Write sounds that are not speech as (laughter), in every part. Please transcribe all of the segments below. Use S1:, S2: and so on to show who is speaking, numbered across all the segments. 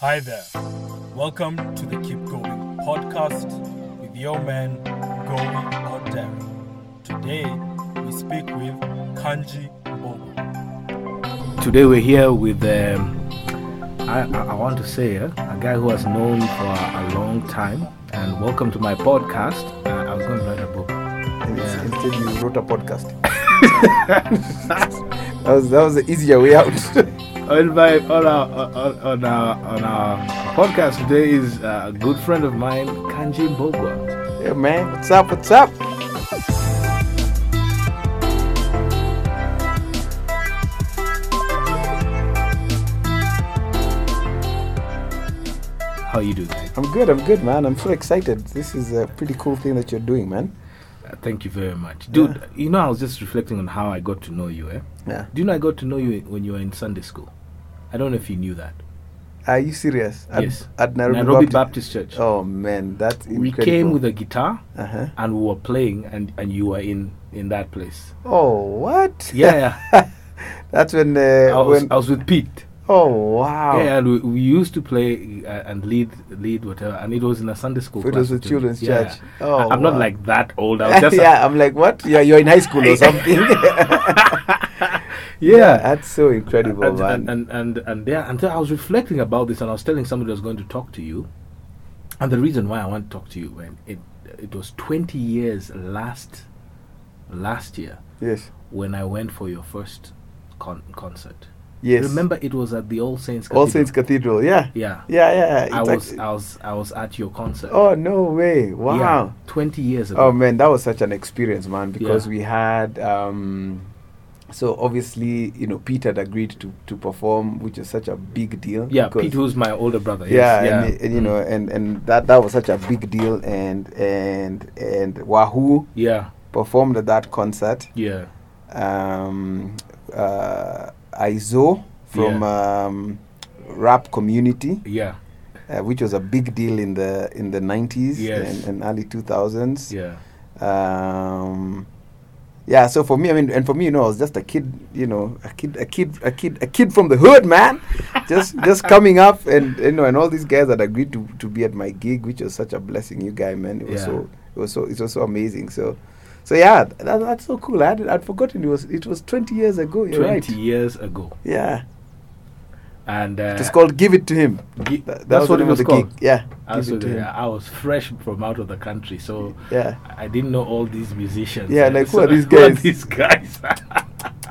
S1: Hi there. Welcome to the Keep Going podcast with your man, Going Oderi. Today, we speak with Kanji Bogo.
S2: Today we're here with, um, I, I I want to say, uh, a guy who has known for a, a long time. And welcome to my podcast. Uh, I was going to write a book.
S3: Instead- Instead, you wrote a podcast. (laughs) that was that was the easier way out. (laughs)
S2: On my on our on, on our on our podcast today is a good friend of mine, Kanji Mbogwa.
S3: yeah, man. What's up? What's up?
S2: How you doing? mate?
S3: I'm good. I'm good, man. I'm so excited. This is a pretty cool thing that you're doing, man.
S2: Uh, thank you very much, dude. You know, I was just reflecting on how I got to know you. Eh?
S3: Yeah.
S2: Do you know I got to know you when you were in Sunday school? I don't know if you knew that.
S3: Are you serious? At,
S2: yes.
S3: At Nairobi,
S2: Baptist, Church.
S3: Oh man, that's
S2: we
S3: incredible.
S2: came with a guitar
S3: Uh-huh.
S2: and we were playing and, and you were in in that
S3: (laughs)
S2: place
S3: Oh what?
S2: yeah, yeah.
S3: (laughs) That's when. Uh,
S2: I, was,
S3: when
S2: I was with pete
S3: oh wow.
S2: yeah and we, we used to play uh, and lead lead whatever and it was in a sunday school
S3: It
S2: class
S3: was with
S2: too.
S3: children's
S2: Yeah.
S3: church. Oh,
S2: I- i'm not
S3: wow.
S2: like that
S3: (laughs)
S2: old i was just yeah,
S3: yeah, I'm like, what? Yeah, you're in high school
S2: (laughs)
S3: or something. (laughs)
S2: yeah.
S3: That's so incredible,
S2: And,
S3: man.
S2: and, and and and there and then i was reflecting about this and i was telling somebody i was going to talk to you and the reason why i want to talk to you when it it was 20 years last last year
S3: yes,
S2: when I went for your first con- concert.
S3: yes.
S2: Remember, it was at the All Saints. Cathedral.
S3: All Saints Cathedral. Yeah,
S2: Yeah.
S3: yeah, yeah.
S2: I
S3: It's
S2: was,
S3: ac-
S2: I was, I was at your concert.
S3: Oh no way!
S2: Yeah,
S3: Wow.
S2: Twenty years ago.
S3: Oh man, that was such an experience, man. Because
S2: Yeah.
S3: we had, um, so obviously you know Pete had agreed to to perform, which is such a big deal.
S2: yeah,
S3: because-
S2: Pete, who's my older brother. yes,
S3: yeah,
S2: Mm.
S3: And, and you know, and and that that was such a big deal, and and and Wahoo
S2: Yeah,
S3: performed at that concert.
S2: yeah,
S3: Um, uh, Izo from um, rap community
S2: yeah,
S3: uh, which was a big deal in the in the 90s
S2: Yes.
S3: and, and early 2000s
S2: yeah,
S3: um yeah so for me i mean and for me you know i was just a kid you know a kid a kid a kid a kid from the hood
S2: (laughs)
S3: man just just coming up and you know and all these guys that agreed to to be at my gig which was such a blessing you guy man it was
S2: Yeah.
S3: so it was so it was so amazing so so yeah th- that, that's so cool I had, i'd forgotten it was it was 20 years ago you're
S2: Twenty
S3: right
S2: years ago,
S3: yeah
S2: and uh,
S3: it's called give it to him
S2: gi-
S3: Th- that
S2: that's
S3: the
S2: what it
S3: name
S2: was
S3: of the
S2: called.
S3: gig. yeah give it to
S2: Absolutely.
S3: him.
S2: I was fresh from out of the country, so
S3: yeah
S2: I didn't know all these musicians.
S3: Yeah,
S2: eh,
S3: like, who
S2: so
S3: are these
S2: (laughs) Who are
S3: guys?
S2: these guys?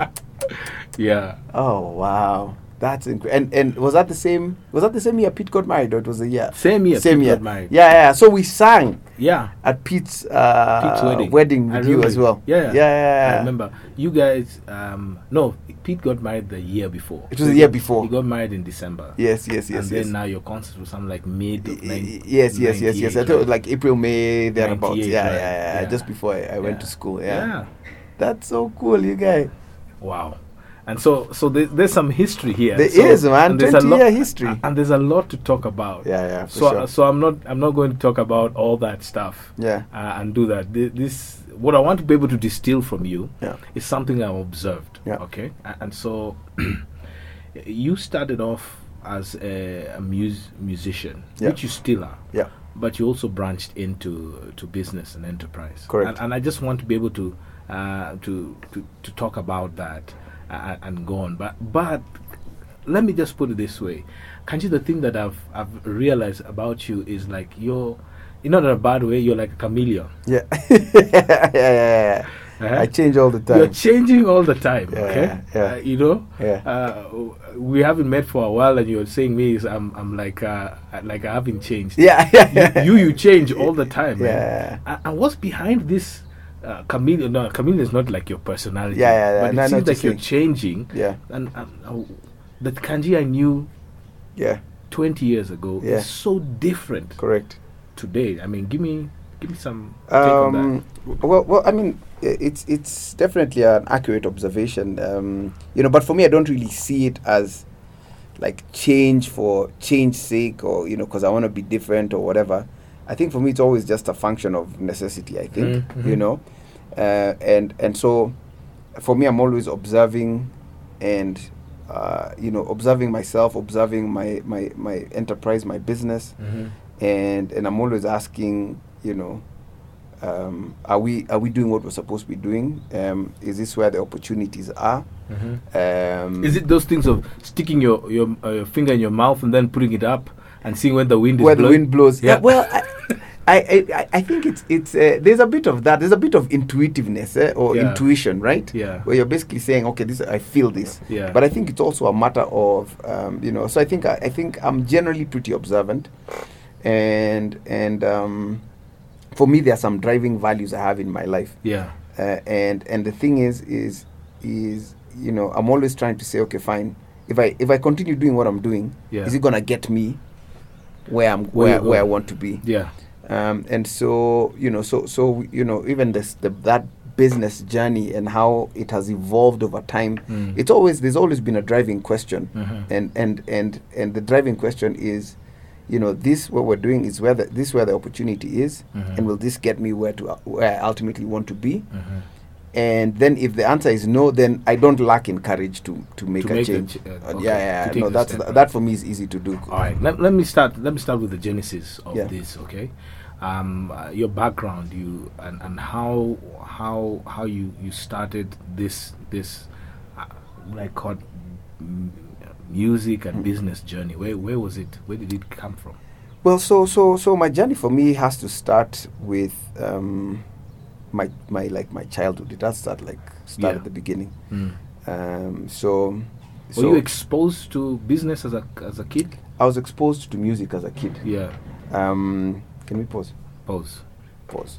S2: (laughs) yeah.
S3: Oh wow, that's incredible. And and was that the same? Was that the same year Pete got married, or it was the year?
S2: Same year.
S3: same
S2: Pete
S3: year.
S2: got married.
S3: Yeah, yeah. So we sang
S2: Yeah.
S3: at Pete's, uh,
S2: Pete's wedding. I
S3: with you
S2: remember
S3: as
S2: it.
S3: well.
S2: Yeah.
S3: yeah, yeah, yeah.
S2: I remember you guys. Um, no, Pete got married the year before.
S3: It was the year before.
S2: He got married in December.
S3: Yes, yes, yes,
S2: and
S3: yes.
S2: then now your concert was some like mid. Of
S3: Y- y-
S2: nine,
S3: yes, yes, yes, yes. I
S2: 98,
S3: thought it was
S2: right?
S3: like April, May, thereabouts. Yeah,
S2: 98,
S3: yeah,
S2: right.
S3: yeah,
S2: Yeah.
S3: Just before I, I went to school. Yeah.
S2: yeah.
S3: that's so cool, you guy.
S2: Wow. And so, so there, there's some history here.
S3: There
S2: so,
S3: is, man,
S2: and there's a
S3: 20
S2: lot-
S3: year history.
S2: a- And there's a lot to talk about.
S3: Yeah, yeah, for
S2: so, uh,
S3: sure.
S2: so I'm not, I'm not going to talk about all that stuff.
S3: Yeah.
S2: Uh, and do that. Th- This, what I want to be able to distill from you
S3: Yeah.
S2: is something I've observed.
S3: Yeah.
S2: Okay. A- And so, (clears throat) you started off as a, a mus- musician,
S3: Yeah.
S2: which you still are
S3: Yeah,
S2: but you also branched into to business and enterprise.
S3: Correct.
S2: And, and I just want to be able to uh, to, to to talk about that uh, and go on. But but let me just put it this way, Kanji. The thing that I've I've realized about you is like you're, you know, in a bad way. You're like a chameleon.
S3: yeah, (laughs) yeah, yeah, yeah.
S2: Uh-huh.
S3: I change all the
S2: You're
S3: time.
S2: changing all the time.
S3: Yeah,
S2: okay.
S3: yeah.
S2: Uh, you know.
S3: Yeah. (laughs)
S2: Uh, w- we haven't met for a while, and you're saying me is I'm I'm like uh, like I haven't changed.
S3: yeah, yeah,
S2: you you
S3: (laughs)
S2: change all the time. man.
S3: Yeah.
S2: And, and what's behind this uh, chameleon? No, chameleon is not like your personality.
S3: Yeah, yeah, yeah.
S2: But it
S3: No, I know
S2: seems
S3: what
S2: like
S3: you're
S2: you're changing.
S3: Yeah.
S2: And, and uh, the kanji I knew
S3: yeah.
S2: 20 years ago
S3: Yeah.
S2: is so different
S3: Correct.
S2: today. I mean, give me give me some take on that.
S3: Um, well, well, I mean, i- it's it's definitely an accurate observation, um, you know. But for me, I don't really see it as like change for change's sake, or you know, because I want to be different or whatever. I think for me, it's always just a function of necessity. I think,
S2: Mm,
S3: you
S2: mhm.
S3: know, uh, and and so for me, I'm always observing and uh, you know, observing myself, observing my, my, my enterprise, my business,
S2: Mhm.
S3: Mm-hmm, and and I'm always asking, you know, um, are we are we doing what we're supposed to be doing? Um, is this where the opportunities are?
S2: Mhm.
S3: Um,
S2: Is it those things of sticking your your, uh, your finger in your mouth and then putting it up and seeing when the wind is
S3: where
S2: blowing?
S3: the wind blows?
S2: Yeah.
S3: well, I, I, I, I think it's it's uh, there's a bit of that. There's a bit of intuitiveness eh, or
S2: Yeah.
S3: intuition, right?
S2: Yeah.
S3: Where you're basically saying, okay, this I feel this.
S2: Yeah.
S3: But I think it's also a matter of um, you know. So I think I, I think I'm generally pretty observant, and and um, for me there are some driving values I have in my life.
S2: yeah.
S3: uh, and and the thing is is is you know i'm always trying to say okay fine if i if i continue doing what i'm doing
S2: Yeah.
S3: is it gonna get me where i'm
S2: Where
S3: where,
S2: you
S3: where i
S2: go.
S3: want to be
S2: Yeah.
S3: um, and so you know so so you know even this the, that business journey and how it has evolved over time
S2: Mm.
S3: it's always there's always been a driving question
S2: Mhm.
S3: and and and and the driving question is you know this what we're doing is where the, this where the opportunity is
S2: Mhm.
S3: and will this get me where to where i ultimately want to be
S2: Mhm.
S3: and then if the answer is no then i don't lack in courage to to make
S2: To
S3: a
S2: make the
S3: change
S2: ch- uh,
S3: Uh,
S2: okay,
S3: yeah yeah,
S2: to
S3: yeah.
S2: take
S3: no
S2: the
S3: that's
S2: step,
S3: th-
S2: right.
S3: that for me is easy to do
S2: All right. Let, let me start. Let me start with the genesis of
S3: Yeah.
S2: this. Okay. Um, uh, your background, you and, and how how how you you started this this uh, what I call mm, music
S3: Mm.
S2: and business journey. Where where was it? Where did it come from?
S3: well so so so my journey for me has to start with um my my like my childhood it has to start like start
S2: Yeah.
S3: at the beginning
S2: Mm.
S3: um so so
S2: Were you exposed to business as a as a kid?
S3: i was exposed to music as a kid
S2: Yeah.
S3: um can we pause
S2: Pause.
S3: pause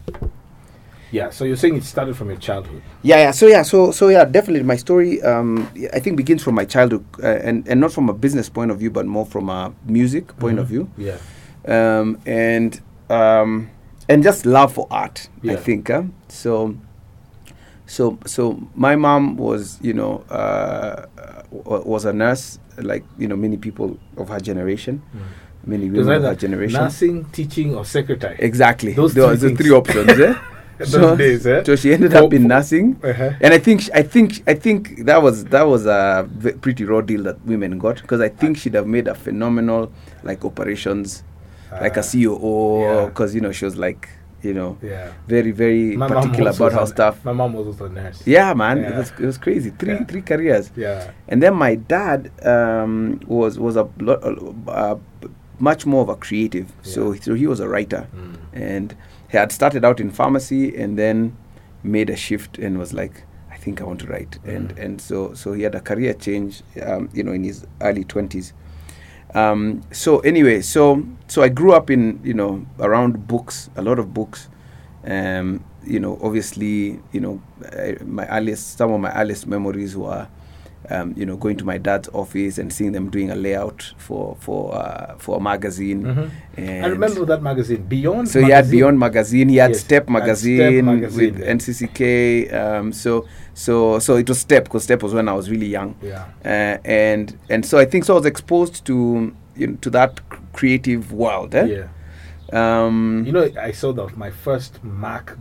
S2: Yeah. So you're saying it started from your childhood.
S3: Yeah, yeah. So yeah, so so yeah, definitely. My story, um, yeah, I think, begins from my childhood, uh, and and not from a business point of view, but more from a music point of view,
S2: Mm. Yeah.
S3: um, and um, and just love for art. I
S2: Yeah.
S3: think huh? so. So so my mom was you know uh, wa- was a nurse like you know many people of her generation, many
S2: It was
S3: women of her
S2: either
S3: generation.
S2: nursing, teaching, or secretary.
S3: Exactly.
S2: Those
S3: there
S2: three
S3: was the
S2: things.
S3: three options. Eh?
S2: (laughs) Those days, eh?
S3: so she ended
S2: For-
S3: up in
S2: for-
S3: nursing,
S2: Uh-huh.
S3: and I think sh- I think I think that was that was a v- pretty raw deal that women got because I think she'd have made a phenomenal like operations, like a
S2: Ah,
S3: COO,
S2: yeah.
S3: because you know she was like you know
S2: Yeah.
S3: very very
S2: My mom
S3: particular
S2: also
S3: about her
S2: was a-
S3: stuff.
S2: My mom was also a nurse.
S3: Yeah, man, it
S2: Yeah.
S3: was it was crazy. Three
S2: Yeah.
S3: three careers.
S2: Yeah.
S3: And then my dad um, was was a lot, uh, much more of a creative. So
S2: Yeah.
S3: so he was a writer,
S2: Mm.
S3: and he had started out in pharmacy and then made a shift and was like, I think I want to write. And
S2: Mhm.
S3: and so so he had a career change, um, you know, in his early twenties. Um, so anyway, so so I grew up in you know around books, a lot of books. Um, you know, obviously, you know, I, my earliest, some of my earliest memories were, um, you know, going to my dad's office and seeing them doing a layout for for uh, for a magazine.
S2: Mhm.
S3: And
S2: I remember that magazine, Beyond.
S3: so he had Beyond magazine, he had
S2: Yes,
S3: Step
S2: and Step
S3: magazine,
S2: magazine.
S3: with NCCK. Um, so so so it was Step because Step was when I was really young
S2: Yeah.
S3: uh, and and so I think so I was exposed to you know, to that c- creative world. Eh?
S2: Yeah.
S3: Um,
S2: You know, I saw the, my first Mac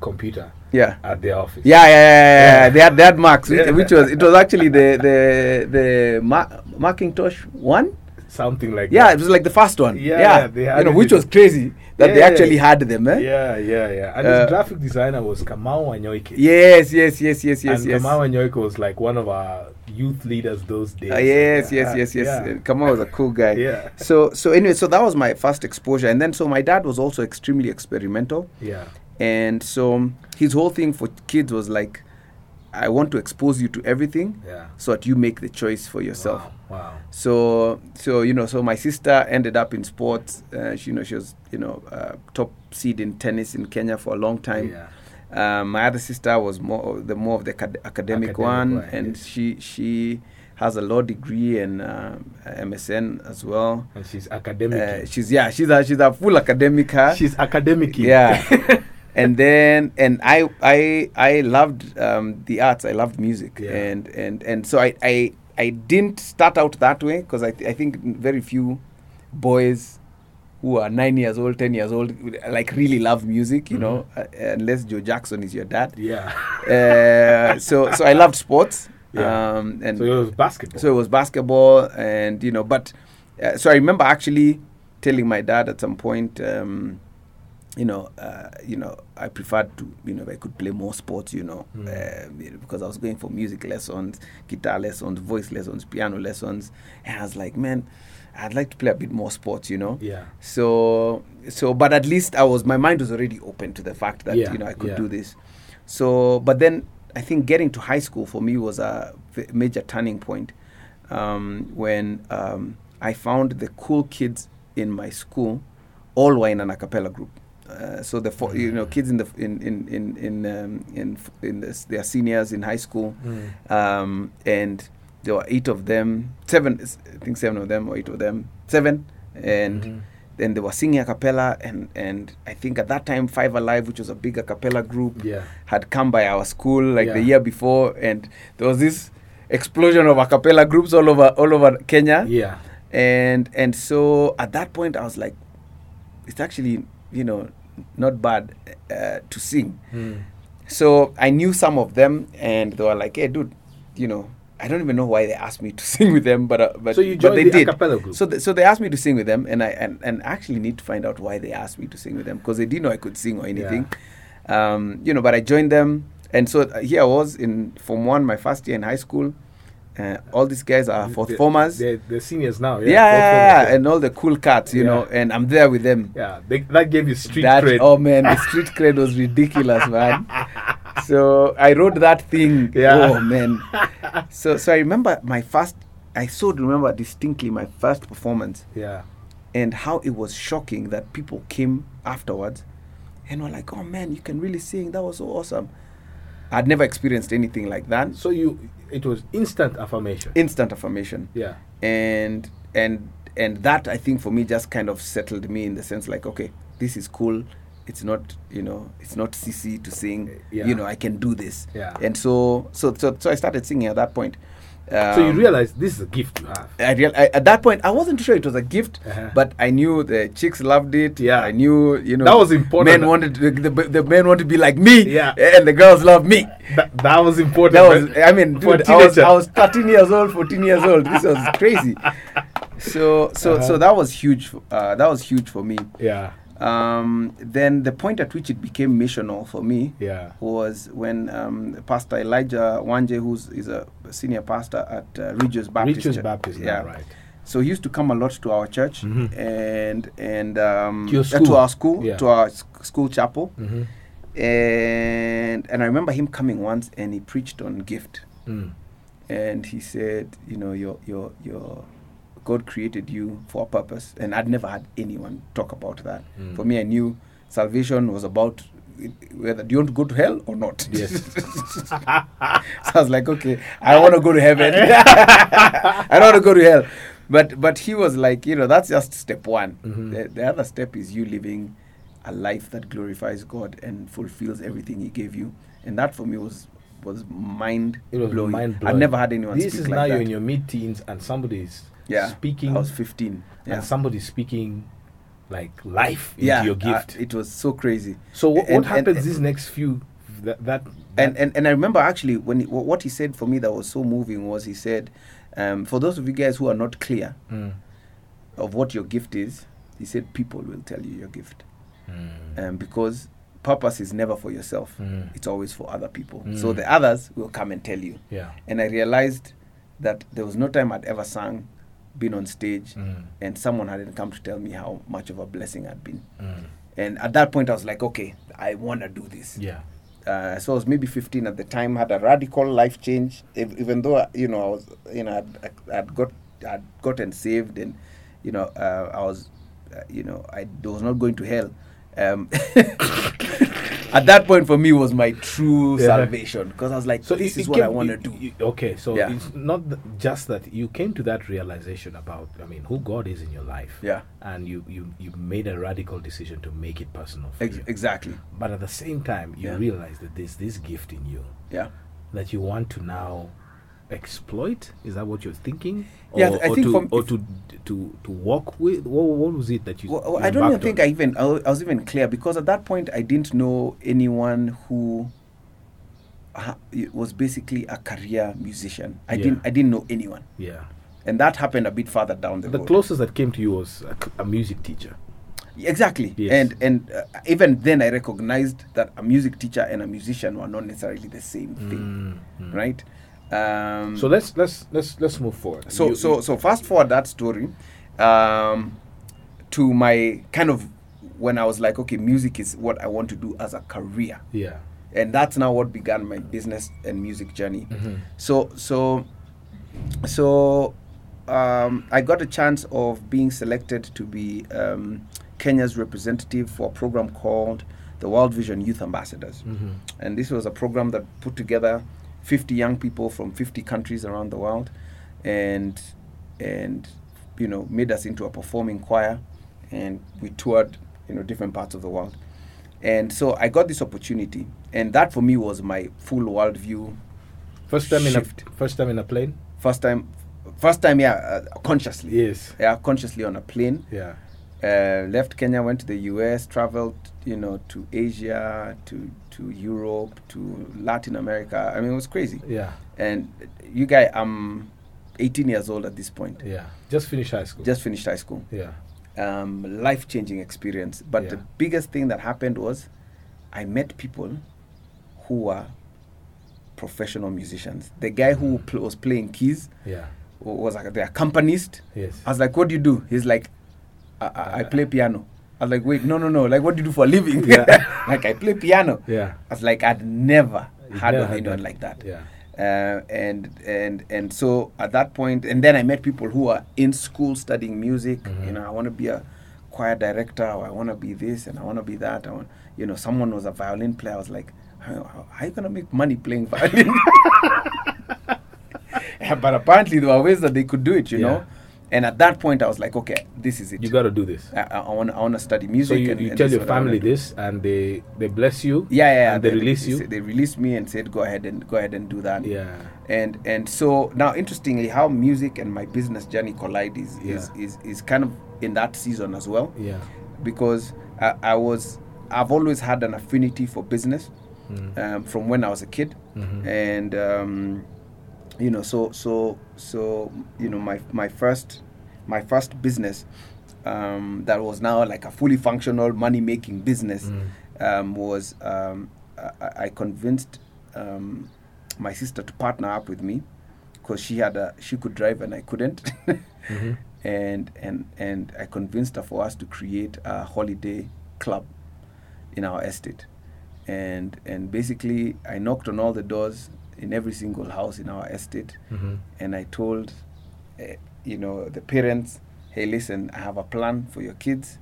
S2: computer
S3: yeah.
S2: at their office.
S3: Yeah, yeah, yeah, yeah, yeah.
S2: Yeah.
S3: They had they had marks, which,
S2: Yeah.
S3: which was it was actually the the the Ma- Macintosh one.
S2: Something like
S3: Yeah, it
S2: that.
S3: was like the first one.
S2: Yeah,
S3: yeah.
S2: they had
S3: you know,
S2: it
S3: which
S2: in-
S3: was crazy that they
S2: Yeah.
S3: actually had them. Eh?
S2: Yeah, yeah, yeah. And
S3: Uh,
S2: his graphic designer was Kamau Wanyoike.
S3: Yes, yes, yes, yes, yes,
S2: and
S3: yes.
S2: Kamau Wanyoike was like one of our youth leaders those days.
S3: Uh, yes,
S2: Yeah.
S3: yes, yes, yes.
S2: Yeah.
S3: Uh, Kamau was a cool guy.
S2: Yeah.
S3: So, so anyway, so that was my first exposure, and then so my dad was also extremely experimental.
S2: Yeah.
S3: And so um, his whole thing for kids was like, I want to expose you to everything
S2: Yeah.
S3: so that you make the choice for yourself.
S2: Wow.
S3: So, so you know, so my sister ended up in sports. Uh, she, you know, she was you know uh, top seed in tennis in Kenya for a long
S2: wow.
S3: time.
S2: Yeah.
S3: Um, my other sister was more the more of the acad- academic,
S2: Academic
S3: one,
S2: one,
S3: and
S2: yes.
S3: she she has a law degree and um, MSN as well.
S2: And she's academic.
S3: Uh, she's yeah, she's a she's a full academic. Her.
S2: she's academic.
S3: Yeah. (laughs) and then and I I I loved um, the arts. I loved music.
S2: Yeah.
S3: And and and so I I, I didn't start out that way because I th- I think very few boys who are nine years old, ten years old, would, like really love music. You
S2: Mm-hmm.
S3: know, uh, unless Joe Jackson is your dad.
S2: yeah.
S3: Uh, so so I loved sports.
S2: Yeah.
S3: Um, and
S2: so it was basketball.
S3: so it was basketball, and you know, but uh, so I remember actually telling my dad at some point, um, you know, uh, you know, I preferred to, you know, if I could play more sports, you know,
S2: Mm.
S3: um, you know, because I was going for music lessons, guitar lessons, voice lessons, piano lessons, and I was like, man, I'd like to play a bit more sports, you know.
S2: yeah.
S3: So, so, but at least I was, my mind was already open to the fact that
S2: Yeah,
S3: you know I could
S2: yeah.
S3: do this. So, but then I think getting to high school for me was a v- major turning point um, when um, I found the cool kids in my school all were in an a cappella group. Uh, so the four, you know kids in the in in in in um, in, f- in the, s- their seniors in high school,
S2: Mm.
S3: um, and there were eight of them, seven I think seven of them or eight of them, seven, and
S2: Mhm.
S3: then they were singing a cappella and and I think at that time Five Alive, which was a big a cappella group,
S2: Yeah.
S3: had come by our school like the
S2: Yeah.
S3: year before, and there was this explosion of a cappella groups all over all over Kenya,
S2: Yeah.
S3: and and so at that point I was like, it's actually you know not bad uh, to sing.
S2: Mm.
S3: So I knew some of them, and they were like, "Hey, dude, you know, I don't even know why they asked me to (laughs) sing with them, but uh, but
S2: So you
S3: but
S2: joined
S3: they
S2: the a
S3: did.
S2: cappella group.
S3: So th- so they asked me to sing with them, and I and, and I actually need to find out why they asked me to sing with them because they didn't know I could sing or anything, um, you know. But I joined them, and so uh, here I was in Form One, my first year in high school. Uh, all these guys are fourth
S2: The-
S3: formers.
S2: They're, they're seniors now.
S3: yeah,
S2: Yeah.
S3: yeah, yeah,
S2: fourth
S3: yeah, and all the cool cats, you
S2: Yeah.
S3: know, and I'm there with them.
S2: formers. yeah. They, that gave you street
S3: That-
S2: cred.
S3: Oh man, the street cred was
S2: (laughs)
S3: ridiculous, man. So I wrote that thing.
S2: Yeah.
S3: Oh man. So so I remember my first. I still remember distinctly my first performance
S2: Yeah.
S3: and how it was shocking that people came afterwards and were like, "Oh man, you can really sing. That was so awesome." I'd never experienced anything like that.
S2: So you, it was instant affirmation.
S3: Instant affirmation
S2: yeah.
S3: and and and that I think for me just kind of settled me in the sense like okay this is cool it's not you know it's not CC to sing
S2: Yeah.
S3: you know I can do this
S2: Yeah.
S3: and so so so so I started singing at that point um,
S2: so you realize this is a gift you have.
S3: I real I, at that point I wasn't sure it was a gift
S2: Uh-huh.
S3: but I knew the chicks loved it
S2: Yeah.
S3: I knew you know
S2: That was important.
S3: men wanted the, the, the men wanted to be like me
S2: Yeah.
S3: and the girls love me
S2: That, that was important.
S3: that was
S2: man.
S3: I mean
S2: For
S3: dude, I was
S2: teenager.
S3: I was 13 years old 14 years old this was
S2: (laughs)
S3: crazy so so
S2: Uh-huh.
S3: so that was huge uh, that was huge for me
S2: Yeah.
S3: um, then the point at which it became missional for me
S2: Yeah.
S3: was when um, Pastor Elijah Wanje who's is a senior pastor at uh, Regius Baptist
S2: Richard's
S3: Church.
S2: Baptist. Yeah. right.
S3: So he used to come a lot to our church and and um,
S2: Mm-hmm. To your
S3: uh,
S2: school.
S3: to our school
S2: Yeah.
S3: to our sc- school chapel,
S2: Mhm.
S3: and and I remember him coming once and he preached on gift
S2: Mm.
S3: and he said, you know, your your your God created you for a purpose, and I'd never had anyone talk about that.
S2: Mm.
S3: For me, I knew salvation was about whether do you want to go to hell or not. (laughs)
S2: Yes.
S3: so (laughs) I was like, okay, I want to go to heaven. (laughs) I don't want to go to hell. But but he was like, you know, that's just step one.
S2: Mhm.
S3: The, the other step is you living a life that glorifies God and fulfills everything He gave you, and that for me was was mind
S2: It was
S3: blowing.
S2: mind
S3: I
S2: blowing.
S3: never had anyone
S2: This
S3: speak
S2: is
S3: like
S2: now
S3: that.
S2: you're in your mid teens and somebody's
S3: yeah,
S2: speaking
S3: I was 15. Yeah,
S2: and somebody's speaking like life into
S3: yeah
S2: your gift.
S3: uh, it was so crazy.
S2: so what,
S3: and-
S2: what happens
S3: and-
S2: these next few that that,
S3: And, and and I remember actually when he, wh- what he said for me that was so moving was he said, um, for those of you guys who are not clear
S2: Mm.
S3: of what your gift is, he said people will tell you your gift.
S2: Mm.
S3: um, because purpose is never for yourself
S2: Mm.
S3: it's always for other people
S2: Mm.
S3: so the others will come and tell you
S2: yeah
S3: and i realized that there was no time i'd ever sung been on stage
S2: Mm.
S3: and someone hadn't come to tell me how much of a blessing i'd been
S2: Mm.
S3: and at that point i was like okay i want to do this
S2: yeah
S3: uh, so i was maybe 15 at the time had a radical life change ev- even though you know i was you know i'd, I'd got i'd gotten saved and you know uh, i was uh, you know I, was not going to hell um, (laughs) at that point for me was my true
S2: Yeah.
S3: salvation because i was like
S2: so
S3: this
S2: it,
S3: is
S2: it
S3: what i
S2: came-
S3: want to
S2: it-
S3: do
S2: it- okay so
S3: Yeah.
S2: it's not th- just that you came to that realization about i mean who god is in your life
S3: Yeah.
S2: and you you you made a radical decision to make it personal for
S3: Ex-
S2: you.
S3: exactly
S2: but at the same time you
S3: Yeah.
S2: realize that there's this gift in you
S3: yeah
S2: that you want to now exploit? Is that what you're thinking?
S3: Yeah, I
S2: or
S3: think
S2: to,
S3: from-
S2: or to to to walk with. What, what was it that you?
S3: Well,
S2: you
S3: I don't even
S2: embarked
S3: think I
S2: on?
S3: even I wa- I was even clear because at that point I didn't know anyone who ha- was basically a career musician. I
S2: Yeah.
S3: didn't I didn't know anyone,
S2: Yeah.
S3: and that happened a bit further down the,
S2: The
S3: road.
S2: closest that came to you was a, c- a music teacher.
S3: Exactly,
S2: Yes.
S3: and and uh, even then I recognized that a music teacher and a musician were not necessarily the same thing, right? Um,
S2: Mm, So let's let's let's let's move forward.
S3: so
S2: You-
S3: so so fast forward that story um, to my kind of when I was like, okay, music is what I want to do as a career,
S2: yeah.
S3: and that's now what began my business and music journey.
S2: Mm-hmm.
S3: So so so um, I got a chance of being selected to be um, Kenya's representative for a program called the World Vision Youth Ambassadors, and this was a program that put together 50 young people from 50 countries around the world, and and you know made us into a performing choir, and we toured you know different parts of the world, and so I got this opportunity, and that for me was my full worldview
S2: First time in a
S3: Shift.
S2: first time in a plane.
S3: first time first time yeah uh, consciously
S2: Yes.
S3: yeah consciously on a plane
S2: Yeah.
S3: uh, left kenya went to the us traveled you know to asia to to europe to latin america i mean it was crazy
S2: Yeah.
S3: and you guys i'm 18 years old at this point
S2: Yeah. Just finished high school.
S3: just finished high school
S2: yeah.
S3: um, life-changing experience but the
S2: Yeah.
S3: biggest thing that happened was i met people who were professional musicians the guy who pl- was playing keys
S2: Yeah.
S3: wa- was like the accompanist.
S2: Yes.
S3: I was like, "What do you do?" He's like, "I, I, I play piano." I was like, "Wait, no, no, no! Like, what do you do for a living?"
S2: Yeah.
S3: (laughs) like, I play piano.
S2: Yeah.
S3: I was like, I'd never
S2: You've
S3: heard
S2: never
S3: of
S2: had
S3: anyone
S2: that.
S3: like that.
S2: Yeah.
S3: Uh, and and and so at that point, and then I met people who are in school studying music.
S2: Mm-hmm.
S3: You know, I want to be a choir director, or I want to be this, and I want to be that. I want, you know, someone was a violin player. I was like, how, how- how are you gonna make money playing (laughs) violin? Yeah, but apparently there were ways that they could do it, you
S2: Yeah.
S3: know. And at that point, I was like, okay, this is it.
S2: You got to do this.
S3: I, I want. I want to study
S2: So
S3: music.
S2: you,
S3: and,
S2: you
S3: and
S2: tell
S3: this
S2: your
S3: is what I wanna
S2: family
S3: do.
S2: this, and they they bless you.
S3: Yeah, yeah. yeah.
S2: And they, release
S3: they
S2: you.
S3: said- They released me and said, go ahead and go ahead and do that.
S2: Yeah.
S3: And and so now, interestingly, how music and my business journey collide is is,
S2: Yeah.
S3: is is kind of in that season as well.
S2: yeah.
S3: because I, I was I've always had an affinity for business
S2: Mm.
S3: um, from when I was a kid, and um, you know, so so so you know, my my first my first business um, that was now like a fully functional money making business um, was um, I- I, I convinced um, my sister to partner up with me because she had a she could drive and I couldn't. (laughs) And and and I convinced her for us to create a holiday club in our estate. And and basically I knocked on all the doors in every single house in our estate and I told eh, you know the parents, hey listen, I have a plan for your kids.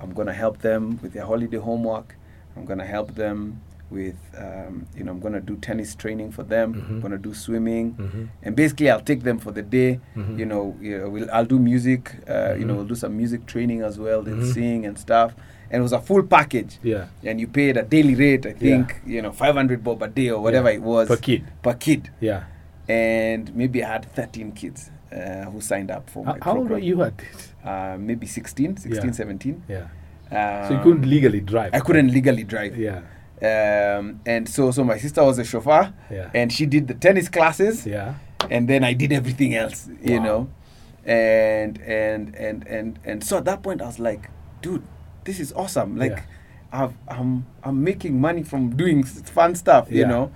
S3: I'm gonna help them with their holiday homework. I'm gonna help them with, um, you know, I'm gonna do tennis training for them. I'm gonna do swimming,
S2: Mm-hmm.
S3: and basically I'll take them for the day. You know, you know, we'll, I'll do music. Uh, You
S2: Mm-hmm.
S3: know, we'll do some music training as well. They'll sing and stuff. And it was a full package.
S2: Yeah.
S3: And you paid a daily rate, I think, you know, 500 bob a day or whatever
S2: Yeah.
S3: it was
S2: Per kid.
S3: Per kid.
S2: Yeah.
S3: And maybe I had 13 kids uh, who signed up for my
S2: How, how old
S3: program.
S2: were you at this?
S3: Uh, maybe 16, 16,
S2: Yeah.
S3: 17.
S2: Yeah.
S3: Um,
S2: So you couldn't legally drive.
S3: I couldn't legally drive.
S2: Yeah.
S3: Um, and so, so my sister was a chauffeur,
S2: Yeah.
S3: and she did the tennis classes,
S2: Yeah.
S3: and then I did everything else, you
S2: Wow.
S3: know. And and and and and so at that point, I was like, dude, this is awesome. Like,
S2: Yeah.
S3: I've, I'm I'm making money from doing s- fun stuff, you
S2: Yeah.
S3: know.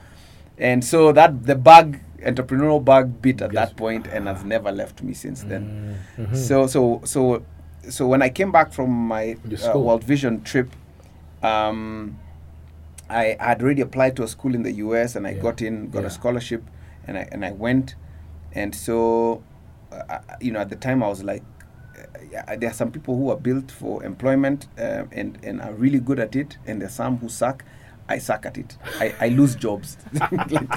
S3: And so that the bug, entrepreneurial bug, bit
S2: Yes.
S3: at
S2: Mm.
S3: that point, and has never left me since then.
S2: Mm-hmm.
S3: So so so so when I came back from my
S2: Your
S3: uh,
S2: school.
S3: World Vision trip, um, I had already applied to a school in the U.S. and I
S2: Yeah.
S3: got in, got
S2: Yeah.
S3: a scholarship, and I and I went, and so, uh, I- you know, at the time I was like, uh, yeah, there are some people who are built for employment uh, and and are really good at it, and there's some who suck. I suck at it. I, I lose jobs. (laughs) Like,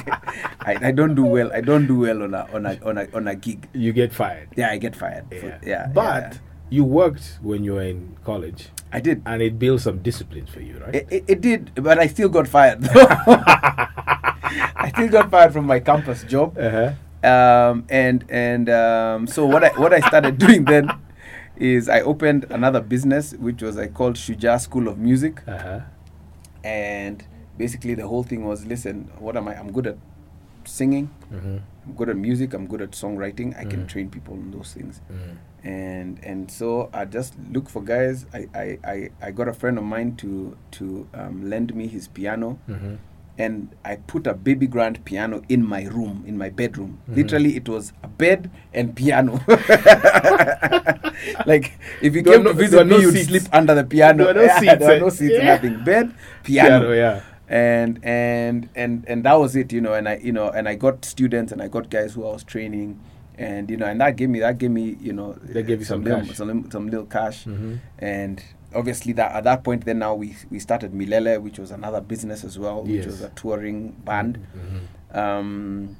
S3: I, I don't do well. I don't do well on a on a on a, on a gig.
S2: You get fired.
S3: Yeah, I get fired. for- Yeah, yeah
S2: But
S3: yeah.
S2: you worked when you were in college,
S3: I did.
S2: and it built some discipline for you, right?
S3: It, it, it did, but I still got fired. (laughs) I still got fired from my campus job,
S2: uh-huh.
S3: um, and and um, so what I what I started doing then is I opened another business, which was I called Shuja School of Music,
S2: Uh-huh.
S3: and basically the whole thing was listen what am i i'm good at singing
S2: Mm-hmm.
S3: i'm good at music i'm good at songwriting i
S2: Mhm.
S3: can train people on those things
S2: Mm.
S3: and and so i just look for guys i i i, I got a friend of mine to to um, lend me his piano
S2: Mm-hmm.
S3: and i put a baby grand piano in my room in my bedroom
S2: Mhm.
S3: literally it was a bed and
S2: (laughs)
S3: piano (laughs) like if you
S2: There were
S3: came
S2: no-
S3: to visit
S2: there were
S3: me
S2: no
S3: you'd
S2: seats.
S3: sleep under the piano
S2: There were no
S3: Yeah,
S2: seats,
S3: (laughs) there were
S2: eh?
S3: no seats
S2: Yeah.
S3: nothing bed
S2: Piano, yeah.
S3: and and and and that was it you know and i you know and i got students and i got guys who i was training and you know and that gave me that gave me you know
S2: That gave you some
S3: little,
S2: cash.
S3: some, little- some little cash
S2: Mhm.
S3: and obviously that at that point then now we we started milele which was another business as well which
S2: Yes.
S3: was a touring band
S2: Mhm.
S3: um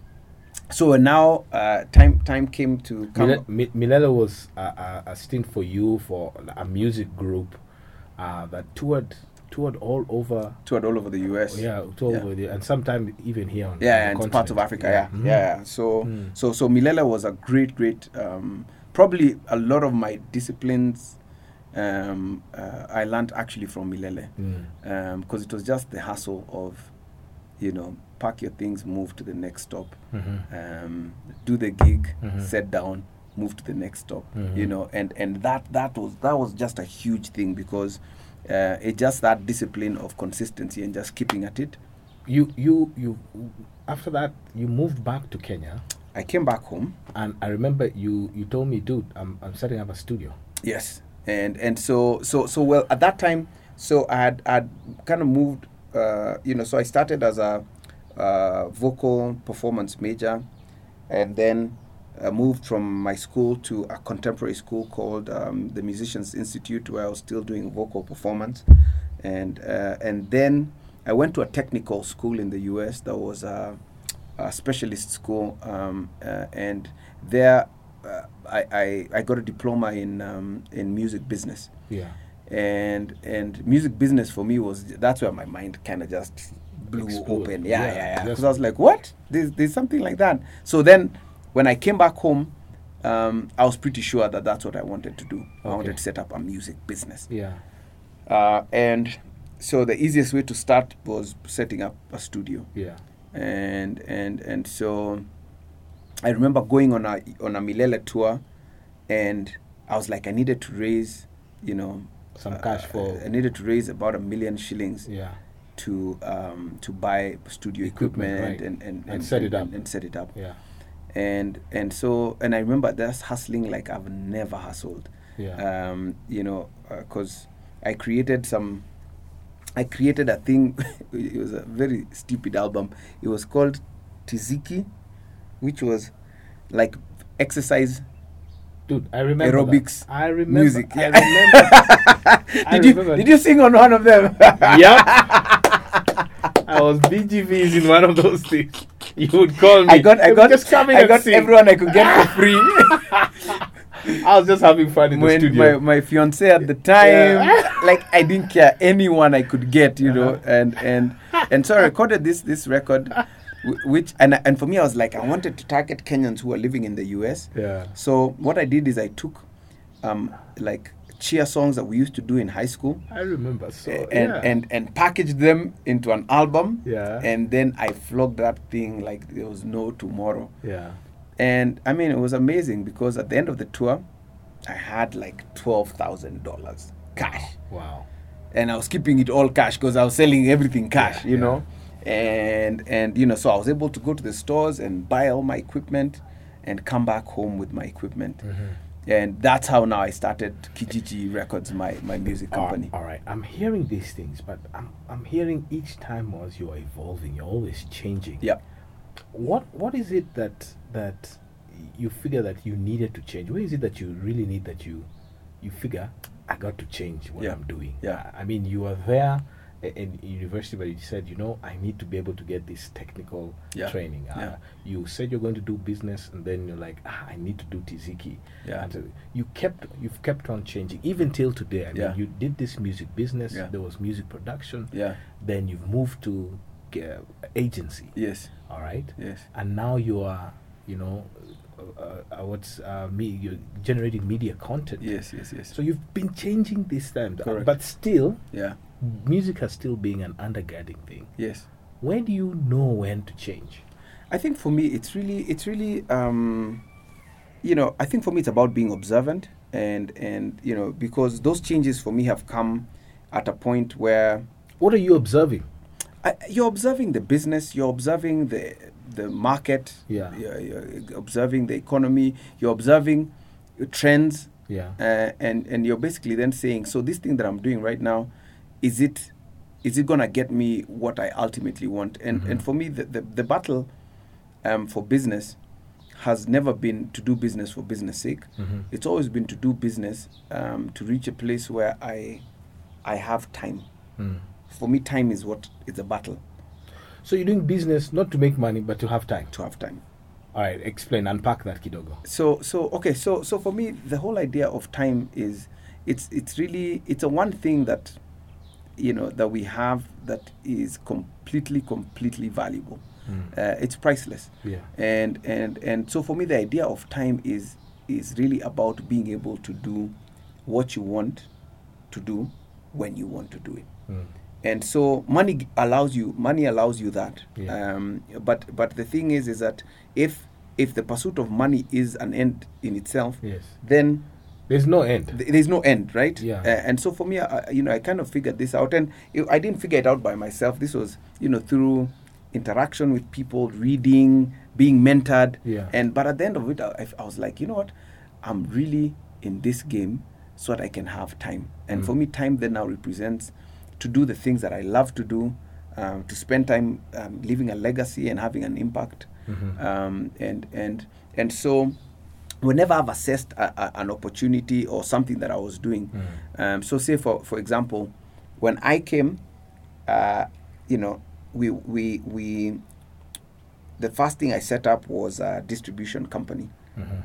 S3: so now uh time time came to come
S2: Mine- Mi- Minello was a, a, a stint for you for a music group uh, that toured toured all over.
S3: toured all over the us
S2: Oh, Yeah, toured
S3: Yeah.
S2: over the, and sometimes even here on
S3: yeah,
S2: on the
S3: and parts of
S2: continent.
S3: Africa. Yeah,
S2: Mhm.
S3: yeah. So,
S2: Mm.
S3: so, so Milele was a great, great. Um, probably a lot of my disciplines um, uh, I learned actually from Milele
S2: Mm.
S3: because it was just the hustle of, you know, pack your things, move to the next stop,
S2: Mhm.
S3: um, do the gig,
S2: Mhm.
S3: set down, move to the next stop.
S2: Mhm.
S3: You know, and and that that was that was just a huge thing because. Uh, it just that discipline of consistency and just keeping at it.
S2: You you you after that you moved back to Kenya
S3: I came back home.
S2: and I remember you you told me dude I'm I'm setting up a studio.
S3: Yes, and and so so so well at that time. So I had I'd kind of moved, uh, you know. So I started as a uh, vocal performance major, and then uh, moved from my school to a contemporary school called um, the Musicians Institute, where I was still doing vocal performance, and uh, and then I went to a technical school in the U.S. That was uh, a, a specialist school, um, uh, and there uh, I, I, I got a diploma in um, in music business,
S2: Yeah.
S3: and and music business for me was that's where my mind kind of just blew
S2: Exploded.
S3: open. Yeah,
S2: Yeah,
S3: yeah, yeah. Because
S2: just-
S3: I was like, what? There's there's something like that. So then, when I came back home, um, I was pretty sure that that's what I wanted to do. I
S2: Okay.
S3: wanted to set up a music business.
S2: Yeah.
S3: Uh, and so the easiest way to start was setting up a studio
S2: Yeah.
S3: and and and so I remember going on a on a Milele tour, and I was like, I needed to raise, you know, uh,
S2: Some cash for-
S3: I needed to raise about a million shillings
S2: Yeah.
S3: to um, to buy studio
S2: Equipment,
S3: equipment,
S2: right.
S3: and, and,
S2: And set it up.
S3: and, set it up
S2: Yeah.
S3: and and so and I remember that's hustling like I've never hustled.
S2: Yeah.
S3: Um, you know, because I created some. I created a thing. (laughs) it was a very stupid album. It was called Tiziki, which was like exercise.
S2: Dude, I remember that.
S3: Aerobics,
S2: I remember.
S3: music,
S2: I
S3: yeah.
S2: remember. I
S3: (laughs) did you
S2: remember.
S3: did you sing on one of them? (laughs)
S2: yeah. (laughs) I was BGVs in one of those things. You would call me.
S3: I got I
S2: "Hey,
S3: got
S2: just come in
S3: I
S2: and
S3: got
S2: sing."
S3: everyone I could get for free.
S2: (laughs) I was just having fun in the
S3: when
S2: studio.
S3: my, my fiance at the time
S2: Yeah.
S3: (laughs) like i didn't care anyone i could get you know
S2: Uh-huh.
S3: and and and so i recorded this this record wh- which and and for me i was like i wanted to target kenyans who are living in the us
S2: yeah.
S3: so what i did is i took um like cheer songs that we used to do in high school
S2: I remember. So
S3: and,
S2: Oh, yeah.
S3: and and packaged them into an album
S2: Yeah.
S3: and then i flogged that thing like there was no tomorrow
S2: yeah.
S3: and I mean, it was amazing because at the end of the tour, I had like $12,000 cash.
S2: Wow.
S3: And I was keeping it all cash because I was selling everything cash,
S2: Yeah,
S3: you
S2: yeah.
S3: know? And, and, you know, so I was able to go to the stores and buy all my equipment and come back home with my equipment.
S2: Mm-hmm.
S3: And that's how now I started Kijiji Records, my, my music
S2: All-
S3: company.
S2: all right. I'm hearing these things, but I'm I'm hearing each time as you are evolving, you're always changing.
S3: Yeah.
S2: What What is it that that you figure that you needed to change? What is it that you really need that you you figure I got to change what
S3: Yeah.
S2: I'm doing?
S3: Yeah.
S2: I mean, you were there i- in university, but you said, you know, I need to be able to get this technical
S3: Yeah.
S2: training. Uh,
S3: Yeah.
S2: You said you're going to do business, and then you're like, ah, I need to do tiziki.
S3: Yeah.
S2: And so you kept you've kept on changing even till today. I mean,
S3: Yeah.
S2: you did this music business.
S3: Yeah.
S2: There was music production.
S3: Yeah.
S2: Then you've moved to uh, agency.
S3: Yes.
S2: All right.
S3: Yes.
S2: And now you are, you know, uh, uh, uh, what's uh, me? You're generating media content.
S3: Yes. Yes. Yes.
S2: So you've been changing these times,
S3: Correct.
S2: but still
S3: Yeah.
S2: music as still being an undergirding thing,
S3: Yes.
S2: when do you know when to change?
S3: I think for me, it's really, it's really, um, you know, I think for me, it's about being observant and and you know because those changes for me have come at a point where
S2: What are you observing?
S3: I, you're observing the business, you're observing the the market,
S2: Yeah.
S3: you're, you're observing the economy, you're observing trends,
S2: Yeah.
S3: uh, and and you're basically then saying, so this thing that I'm doing right now, is it is it gonna get me what I ultimately want? And and for me, the the, the battle um, for business has never been to do business for business sake. It's always been to do business um, to reach a place where I I have time. For me, time is what is a battle
S2: Hmm. So you're doing business not to make money, but to have time.
S3: to have time.
S2: All right, explain, unpack that, kidogo.
S3: so so okay so so for me the whole idea of time is it's it's really it's a one thing that you know that we have that is completely completely valuable uh, it's priceless
S2: Yeah.
S3: and and and so for me the idea of time is is really about being able to do what you want to do when you want to do it
S2: Hmm.
S3: and so money g- allows you money allows you that
S2: Yeah.
S3: um, but but the thing is is that if if the pursuit of money is an end in itself
S2: Yes.
S3: then
S2: There's no end.
S3: th- there's no end right
S2: Yeah.
S3: Uh, and so for me I, I- you know i kind of figured this out and i- i didn't figure it out by myself this was you know through interaction with people reading being mentored
S2: Yeah.
S3: and but at the end of it I, I f- I was like you know what i'm really in this game so that i can have time and
S2: Mm.
S3: for me time then now represents to do the things that i love to do um, to spend time um, leaving a legacy and having an impact
S2: Mm-hmm.
S3: um, and and and so whenever I've assessed a, a- an opportunity or something that I was doing,
S2: Mm.
S3: um, so say for for example, when I came, uh, you know, we we we, the first thing I set up was a distribution company,
S2: Mm-hmm.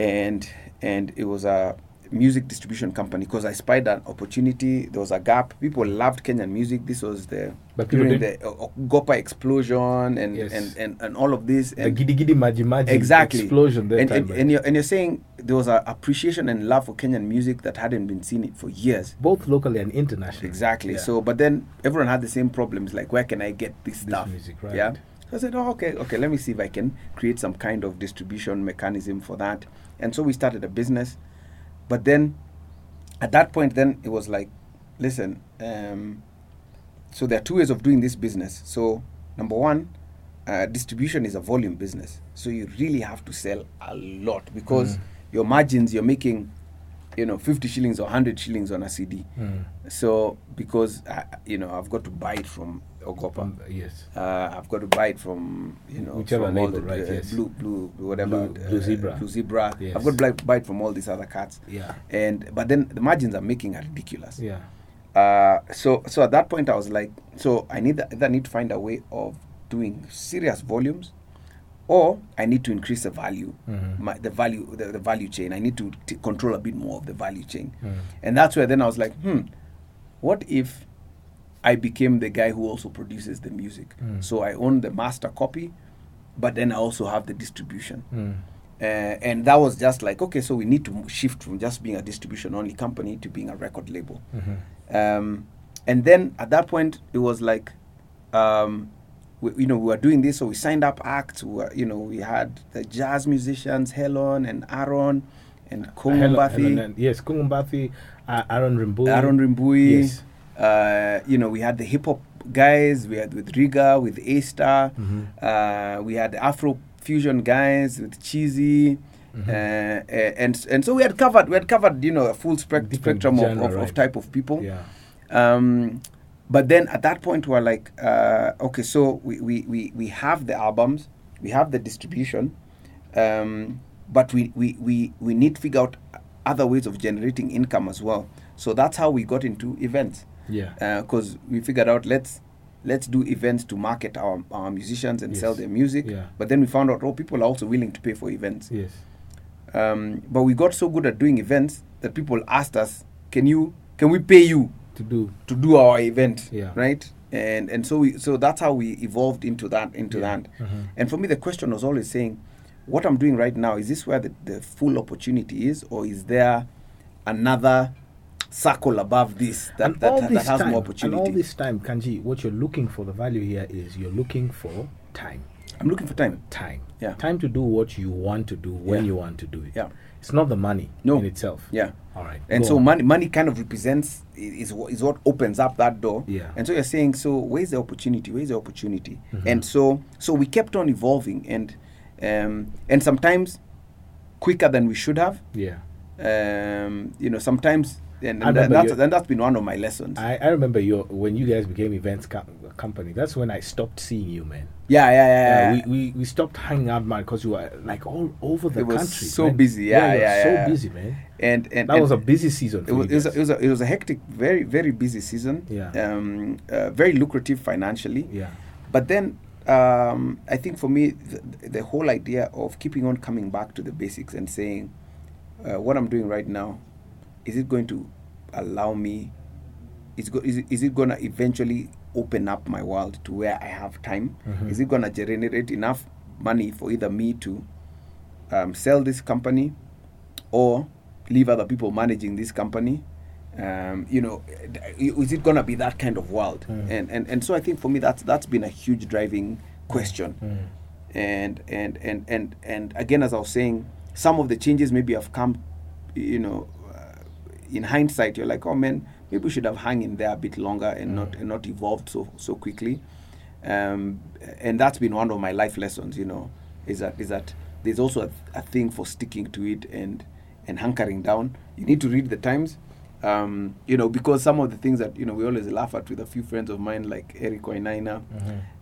S3: and and it was a music distribution company because I spied an opportunity. There was a gap. People loved Kenyan music. This was the
S2: But people
S3: during the
S2: didn't-
S3: uh, Gopa explosion and,
S2: Yes.
S3: and, and, and all of this.
S2: The
S3: And
S2: giddy giddy maji maji
S3: exactly
S2: explosion that
S3: and,
S2: time.
S3: and, and, you're, and you're saying there was an appreciation and love for kenyan music that hadn't been seen it for years
S2: Both locally and internationally.
S3: exactly
S2: Yeah.
S3: so but then everyone had the same problems like where can i get this, stuff
S2: music, right.
S3: yeah so i said oh okay okay let me see if i can create some kind of distribution mechanism for that and so we started a business but then at that point then it was like listen um, so there are two ways of doing this business so number one uh, distribution is a volume business so you really have to sell a lot because
S2: Mm.
S3: your margins you're making you know 50 shillings or 100 shillings on a cd
S2: Hmm.
S3: so because I, you know i've got to buy it from ogopa
S2: Um, yes.
S3: uh, I've got to buy it from you know
S2: Whichever
S3: from all
S2: label,
S3: the,
S2: right,
S3: uh,
S2: yes.
S3: blue blue whatever uh,
S2: Blue- Blue Zebra.
S3: blue zebra
S2: Yes.
S3: I've got to buy, buy it from all these other cats
S2: Yeah.
S3: and but then the margins I'm making are ridiculous
S2: Yeah.
S3: uh, so so at that point I was like so I need I need to find a way of doing serious volumes or I need to increase the value my, the value the, the value chain I need to t- control a bit more of the value chain and that's where then I was like hmm what if I became the guy who also produces the music so I own the master copy but then I also have the distribution
S2: Mm.
S3: uh, and that was just like okay so we need to shift from just being a distribution only company to being a record label
S2: Mm. mm-hmm.
S3: um, and then at that point it was like um, we, you know we were doing this so we signed up acts we were, you know we had the jazz musicians helen and aaron and
S2: Helen-
S3: Kongo
S2: Helen- yes, Kungumbathi, uh, Aaron Rimbui.
S3: Aaron Rimbui.
S2: Yes.
S3: Uh, you know, we had the hip hop guys. We had with Riga, with A Star.
S2: Hmm. Mm-hmm.
S3: Uh, we had the Afro fusion guys with Cheesy.
S2: Mm-hmm.
S3: Uh, a- and and so we had covered we had covered you know a full spec-
S2: Different
S3: spectrum
S2: genre,
S3: of, of,
S2: right.
S3: of type of people
S2: Yeah.
S3: um, but then at that point we we're like uh, okay so we, we, we, we have the albums we have the distribution um, but we, we, we, we need to figure out other ways of generating income as well so that's how we got into events
S2: Yeah.
S3: Uh, because we figured out let's let's do events to market our, our musicians and sell
S2: Yes.
S3: their music
S2: Yeah.
S3: but then we found out oh people are also willing to pay for events
S2: Yes.
S3: um, but we got so good at doing events that people asked us can you can we pay you
S2: To do.
S3: to do our event
S2: Yeah.
S3: right and and so we so that's how we evolved into that into that
S2: Mm-hmm.
S3: and for me the question was always saying what i'm doing right now is this where the, the full opportunity is or is there another circle above this that,
S2: and all
S3: that, that
S2: this
S3: has
S2: time,
S3: more
S2: and all
S3: opportunity.
S2: this time, Kanji, what you're looking for, the value here is you're looking for time.
S3: I'm looking for time.
S2: Time.
S3: Yeah.
S2: Time to do what you want to do when
S3: Yeah.
S2: you want to do it.
S3: Yeah.
S2: It's not the money
S3: No.
S2: in itself.
S3: Yeah.
S2: All right.
S3: And
S2: go
S3: so
S2: on.
S3: money, money kind of represents i- is wha- is what opens up that door.
S2: Yeah. Mm-hmm.
S3: And so you're saying, so where's the opportunity? Where's the opportunity? And so so we kept on evolving, and um, and sometimes quicker than we should have.
S2: Yeah.
S3: Um, you know, sometimes and,
S2: I
S3: and
S2: remember
S3: that's
S2: you-
S3: and that's been one of my lessons.
S2: I, I remember you when you guys became events co- company. That's when I stopped seeing you, man.
S3: yeah, yeah, yeah.
S2: Yeah,
S3: yeah.
S2: we, we, we stopped hanging out, man, because you were like all over the
S3: It was
S2: country.
S3: so
S2: man.
S3: busy.
S2: you
S3: Yeah,
S2: were
S3: yeah,
S2: so
S3: yeah.
S2: busy, man.
S3: and and
S2: That
S3: and
S2: was a busy season. For
S3: it was,
S2: you
S3: it, was a,
S2: guys.
S3: it, was a, it was a hectic, very very busy season.
S2: Yeah.
S3: Um, uh, very lucrative financially.
S2: yeah,
S3: But then um, I think for me, the, the whole idea of keeping on coming back to the basics and saying, uh, what I'm doing right now, is it going to allow me? Is, go, is, it, is it going to eventually open up my world to where I have time?
S2: Mhm.
S3: Is it going to generate enough money for either me to um, sell this company or leave other people managing this company? Um, you know, d- is it gonna be that kind of world?
S2: Mm.
S3: And, and and so I think for me that's that's been a huge driving question.
S2: Mm.
S3: Mm-hmm. And and and and and again, as I was saying, some of the changes maybe have come. You know, uh, in hindsight, you're like, oh man, maybe we should have hung in there a bit longer and not
S2: Mm.
S3: and not evolved so so quickly. Um, and that's been one of my life lessons. You know, is that is that there's also a, a thing for sticking to it and and hunkering down. You need to read the times. Um, you know, because some of the things that you know we always laugh at with a few friends of mine, like Eric Wainaina,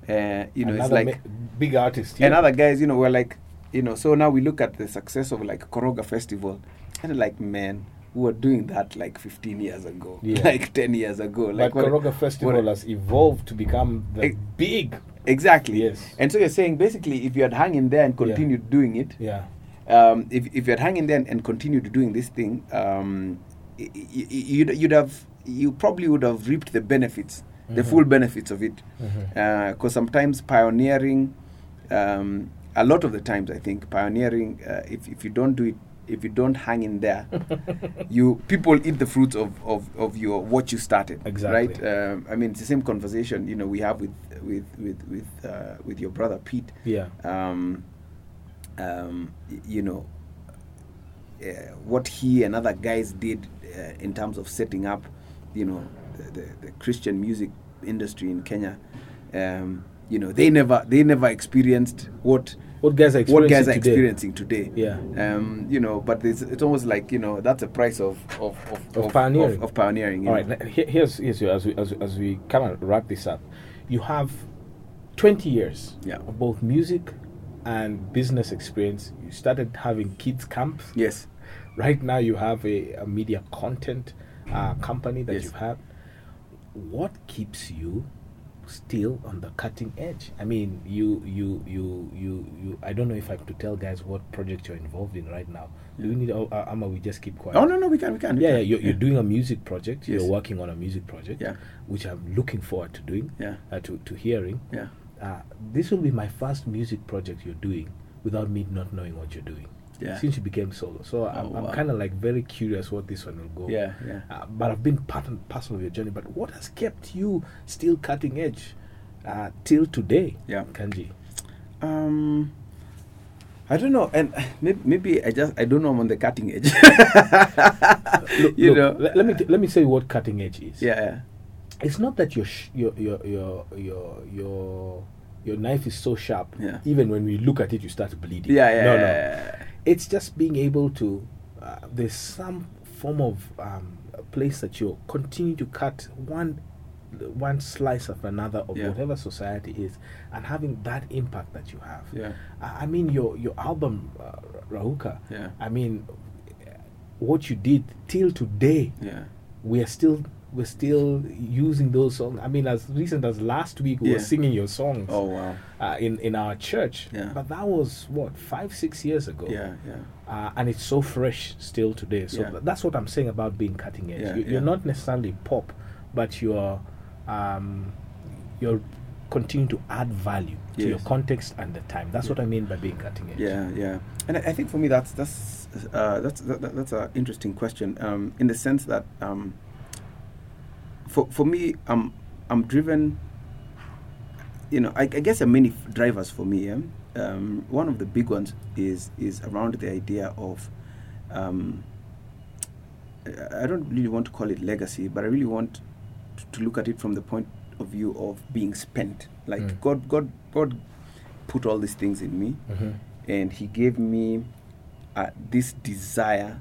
S3: uh, you know,
S2: Another
S3: it's like
S2: ma- big artist.
S3: and other guys, you know, were like, you know, so now we look at the success of like Koroga Festival, and they're like, man, we were doing that like 15 years ago, (laughs)
S2: Yeah.
S3: like 10 years ago,
S2: like
S3: like what-
S2: Karoga Festival uh,
S3: what-
S2: has evolved to become the
S3: Ex-
S2: big.
S3: exactly.
S2: Yes.
S3: And so you're saying basically, if you had hung in there and
S2: Yeah.
S3: continued doing it,
S2: Yeah,
S3: um, if, if you had hung in there and, and continued doing this thing, um, y- y- y- you'd, you'd have you probably would have reaped the benefits, the
S2: Mm-hmm.
S3: full benefits of it. Because Uh, sometimes pioneering, um, a lot of the times I think pioneering, uh, if, if you don't do it, if you don't hang in there, you people eat the fruits of, of, of your what you started.
S2: Exactly.
S3: Right. Um, I mean, it's the same conversation you know we have with with with with, uh, with your brother Pete
S2: (laughs) yeah,
S3: um, um, y- you know, uh, what he and other guys did uh, in terms of setting up, you know, the, the, the Christian music industry in Kenya. Um, you know, they never they never experienced what
S2: What guys are
S3: what guys
S2: experiencing
S3: are
S2: today.
S3: experiencing today.
S2: Yeah.
S3: Um, you know, but it's, it's almost like you know that's the price of of of,
S2: Of pioneering.
S3: of, of pioneering. you
S2: All right.
S3: know.
S2: now, he- Here's here's your, as we as, we- as we kind of wrap this up. You have twenty years
S3: Yeah.
S2: of both music and business experience. You started having kids camps.
S3: Yes.
S2: Right now, you have a, a media content uh, company that
S3: Yes.
S2: you've had. What keeps you still on the cutting edge? I mean, you you you you you. I don't know if I have to tell guys what project you're involved in right now. Do we need? Oh, uh, Amma, we just keep quiet.
S3: Oh no no we can we can. we
S2: Yeah, yeah,
S3: can.
S2: you're, you're doing a music project.
S3: Yes.
S2: You're working on a music project,
S3: Yeah.
S2: which I'm looking forward to doing,
S3: Yeah.
S2: uh, to, to hearing.
S3: yeah.
S2: Uh, this will be my first music project you're doing without me not knowing what you're doing
S3: Yeah.
S2: since you became solo. So I'm,
S3: Oh,
S2: I'm
S3: wow.
S2: kind of like very curious what this one will go.
S3: Yeah, yeah.
S2: Uh, but I've been part and parcel of your journey. But what has kept you still cutting edge uh, till today,
S3: Yeah.
S2: Kanji?
S3: Um, I don't know, and maybe, maybe I just I don't know. I'm on the cutting edge. (laughs) (laughs) you know,
S2: le- let me t- let me tell you what cutting edge is.
S3: yeah, yeah,
S2: it's not that your sh- your your your your your your knife is so sharp.
S3: Yeah.
S2: Even when we look at it, you start bleeding.
S3: yeah, yeah,
S2: No,
S3: yeah,
S2: no.
S3: yeah,
S2: It's just being able to. Uh, there's some form of um, a place that you continue to cut one one slice of another of
S3: Yeah.
S2: whatever society is, and having that impact that you have.
S3: Yeah.
S2: I, I mean, your your album, uh, Rahuka.
S3: Yeah.
S2: I mean, what you did till today
S3: yeah,
S2: we are still we're still using those songs. I mean, as recent as last week, we were
S3: Yeah.
S2: singing your songs
S3: Oh wow,
S2: uh, in in our church.
S3: Yeah.
S2: But that was what five six years ago.
S3: yeah, yeah,
S2: Uh, and it's so fresh still today. So
S3: Yeah.
S2: th- that's what I'm saying about being cutting edge.
S3: Yeah,
S2: you,
S3: yeah.
S2: You're not necessarily pop, but you're um, you're continuing to add value to your
S3: Yes.
S2: context and the time. That's what I mean by being cutting edge.
S3: yeah, yeah. And I, I think for me that's that's uh, that's that, that- that's an interesting question um, in the sense that um, for for me, I'm I'm driven. You know, I, I guess there are many f- drivers for me. Yeah? Um, one of the big ones is is around the idea of. Um, I I don't really want to call it legacy, but I really want t- to look at it from the point of view of being spent. Like
S2: Mm.
S3: God, God, God put all these things in me,
S2: Mhm.
S3: and He gave me uh, this desire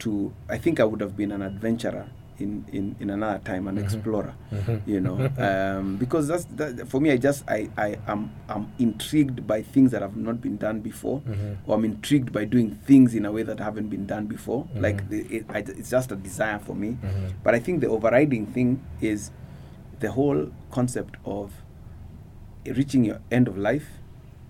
S3: to. I think I would have been an adventurer in in, in another time, an explorer.
S2: Mhm.
S3: You know, um, because that's that, for me. I just I I am I'm intrigued by things that have not been done before,
S2: Mhm.
S3: or I'm intrigued by doing things in a way that haven't been done before. Like
S2: Mhm.
S3: the, it, I, it's just a desire for me.
S2: Mhm.
S3: But I think the overriding thing is the whole concept of reaching your end of life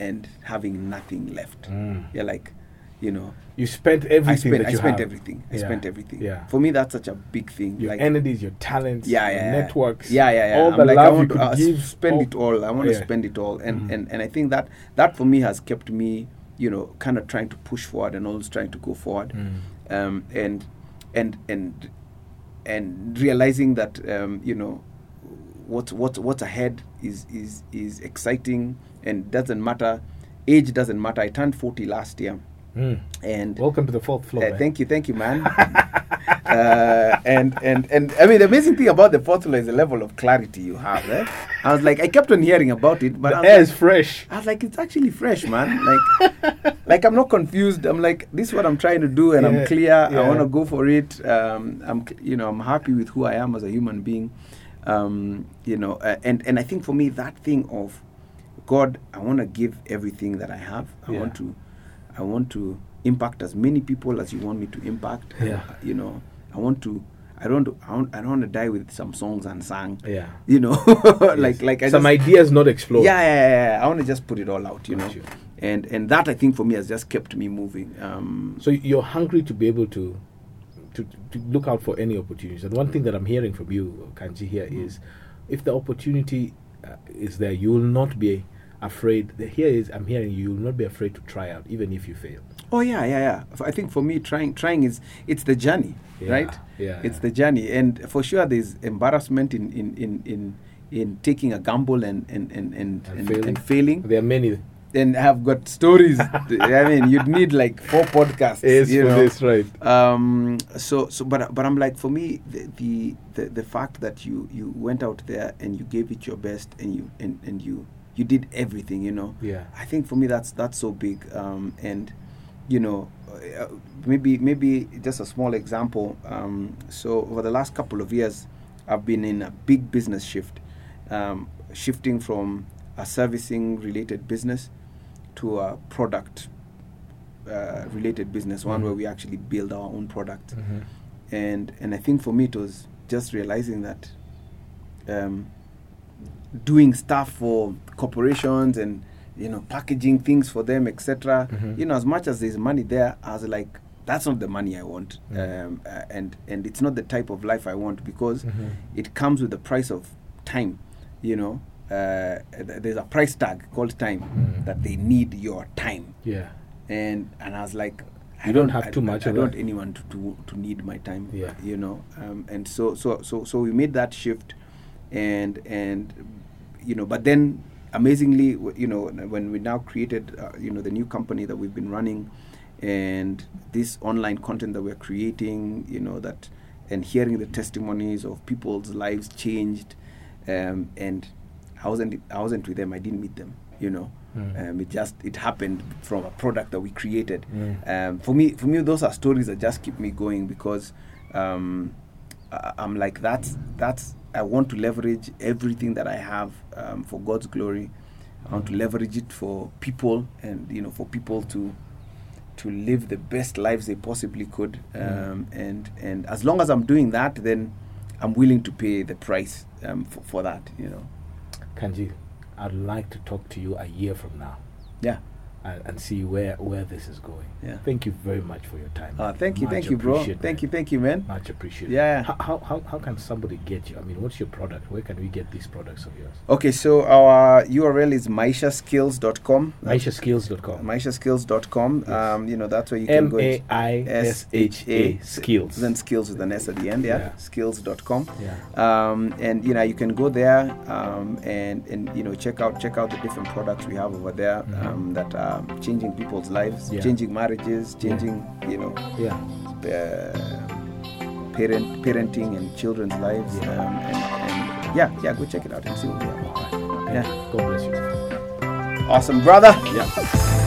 S3: and having nothing left.
S2: Mm.
S3: You're like, you know,
S2: You spent everything
S3: I spent,
S2: that
S3: I
S2: you
S3: spent
S2: have.
S3: everything. I
S2: Yeah.
S3: spent everything.
S2: Yeah.
S3: For me, that's such a big thing.
S2: your
S3: like,
S2: energies, your talents,
S3: yeah,
S2: your
S3: yeah, yeah.
S2: networks,
S3: Yeah, yeah, yeah.
S2: all
S3: I'm
S2: the
S3: like, I
S2: love you
S3: want
S2: could
S3: to uh,
S2: give,
S3: spend
S2: all-
S3: it all. I want
S2: Yeah.
S3: to spend it all, and,
S2: Mhm.
S3: and and I think that that for me has kept me, you know, kind of trying to push forward and always trying to go forward,
S2: Mm.
S3: um, and and and and realizing that um, you know what what what's ahead is is is exciting and doesn't matter. Age doesn't matter. I turned forty last year,
S2: Mm.
S3: and
S2: Welcome to the fourth floor.
S3: uh,
S2: man.
S3: thank you, thank you, man. (laughs) uh, and and and I mean, the amazing thing about the portal is the level of clarity you have. Eh? I was like, I kept on hearing about it, but
S2: The
S3: I was
S2: air
S3: like-
S2: is fresh.
S3: I was like, it's actually fresh, man. Like, (laughs) like I'm not confused. I'm like, this is what I'm trying to do, and
S2: Yeah,
S3: I'm clear.
S2: yeah.
S3: I want to go for it. Um, I'm, cl- you know, I'm happy with who I am as a human being. Um, you know, uh, and and I think for me that thing of God, I want to give everything that I have. I
S2: Yeah.
S3: want to, I want to impact as many people as you want me to impact. Uh,
S2: Yeah.
S3: You know, I want to. I don't. I don't, I don't want to die with some songs unsung.
S2: Yeah.
S3: You know, (laughs) like like I
S2: Some
S3: just,
S2: ideas not explored.
S3: yeah, yeah, yeah, yeah. I want to just put it all out, you
S2: Got
S3: know.
S2: you.
S3: And and that I think for me has just kept me moving. Um,
S2: So you're hungry to be able to, to to look out for any opportunities. And one thing that I'm hearing from you, Kanji, here
S3: Mm.
S2: is, if the opportunity uh, is there, you will not be afraid. The, here is I'm hearing you will not be afraid to try out, even if you fail.
S3: oh yeah, yeah, yeah. F- I think for me trying trying is it's the journey,
S2: Yeah,
S3: right?
S2: yeah,
S3: It's
S2: yeah.
S3: the journey, and for sure there's embarrassment in in in in, in taking a gamble and and and and, and,
S2: failing.
S3: and failing.
S2: There are many.
S3: Then I've got
S2: (laughs)
S3: stories. I mean, you'd need like four podcasts. you know?
S2: right.
S3: um so so but but i'm like for me the, the the the fact that you you went out there and you gave it your best and you and and you you did everything you know
S2: Yeah.
S3: i think for me that's that's so big um and you know uh, maybe maybe just a small example um so over the last couple of years i've been in a big business shift um shifting from a servicing related business to a product uh, related business, one where we actually build our own product.
S2: Mhm.
S3: And and I think for me it was just realizing that um, doing stuff for corporations and you know packaging things for them, etc.
S2: Mhm.
S3: You know, as much as there's money there, I was like, that's not the money I want,
S2: Mhm.
S3: um, uh, and and it's not the type of life I want because
S2: Mhm.
S3: it comes with the price of time. You know, uh, th- there's a price tag called time
S2: Mm.
S3: that they need your time
S2: Yeah.
S3: and and I was like, I
S2: You don't have
S3: I-
S2: too much
S3: I,
S2: of
S3: don't want
S2: that.
S3: anyone to, to to need my time.
S2: Yeah.
S3: you know. Um, and so so so so we made that shift, and and you know, but then amazingly, w- you know, when we now created, uh, you know, the new company that we've been running, and this online content that we're creating, you know, that and hearing the testimonies of people's lives changed, um, and I wasn't I wasn't with them. I didn't meet them. You know.
S2: Mm.
S3: Um, it just it happened from a product that we created.
S2: Mm.
S3: Um, for me, for me, those are stories that just keep me going because um, I, I'm like that's that's I want to leverage everything that I have um, for God's glory. I
S2: Mm.
S3: want to leverage it for people and you know for people to to live the best lives they possibly could.
S2: Mm.
S3: Um, And and as long as I'm doing that, then I'm willing to pay the price um, for, for that. You know,
S2: Kanji, I'd like to talk to you a year from now. uh,
S3: yeah.
S2: and, and see where where this is going.
S3: Yeah.
S2: Thank you very much for your time.
S3: Ah, thank you,
S2: Much
S3: thank you, bro.
S2: appreciated,
S3: Thank you,
S2: man.
S3: thank you, man.
S2: Much appreciated.
S3: Yeah.
S2: How, how, how, how can somebody get you? I mean, what's your product? Where can we get these products of yours?
S3: Okay, so our URL is maishaskills.com. That's
S2: MaishaSkills.com.
S3: maishaskills.com.
S2: Yes.
S3: Um, you know, that's where you can
S2: M
S3: go.
S2: A I S H A
S3: S-
S2: Skills.
S3: Then skills with an S at the end, yeah.
S2: Yeah.
S3: Skills.com.
S2: Yeah.
S3: Um, and you know, you can go there um, and and you know, check out check out the different products we have over there
S2: Mhm.
S3: um, that are changing people's lives,
S2: Yeah.
S3: changing marriages, changing you know,
S2: Yeah.
S3: uh, parent parenting and children's lives.
S2: Yeah.
S3: Um, and, and yeah, yeah, go check it out and see what we have.
S2: All right.
S3: Yeah.
S2: God bless you.
S3: Awesome, brother.
S2: Yeah.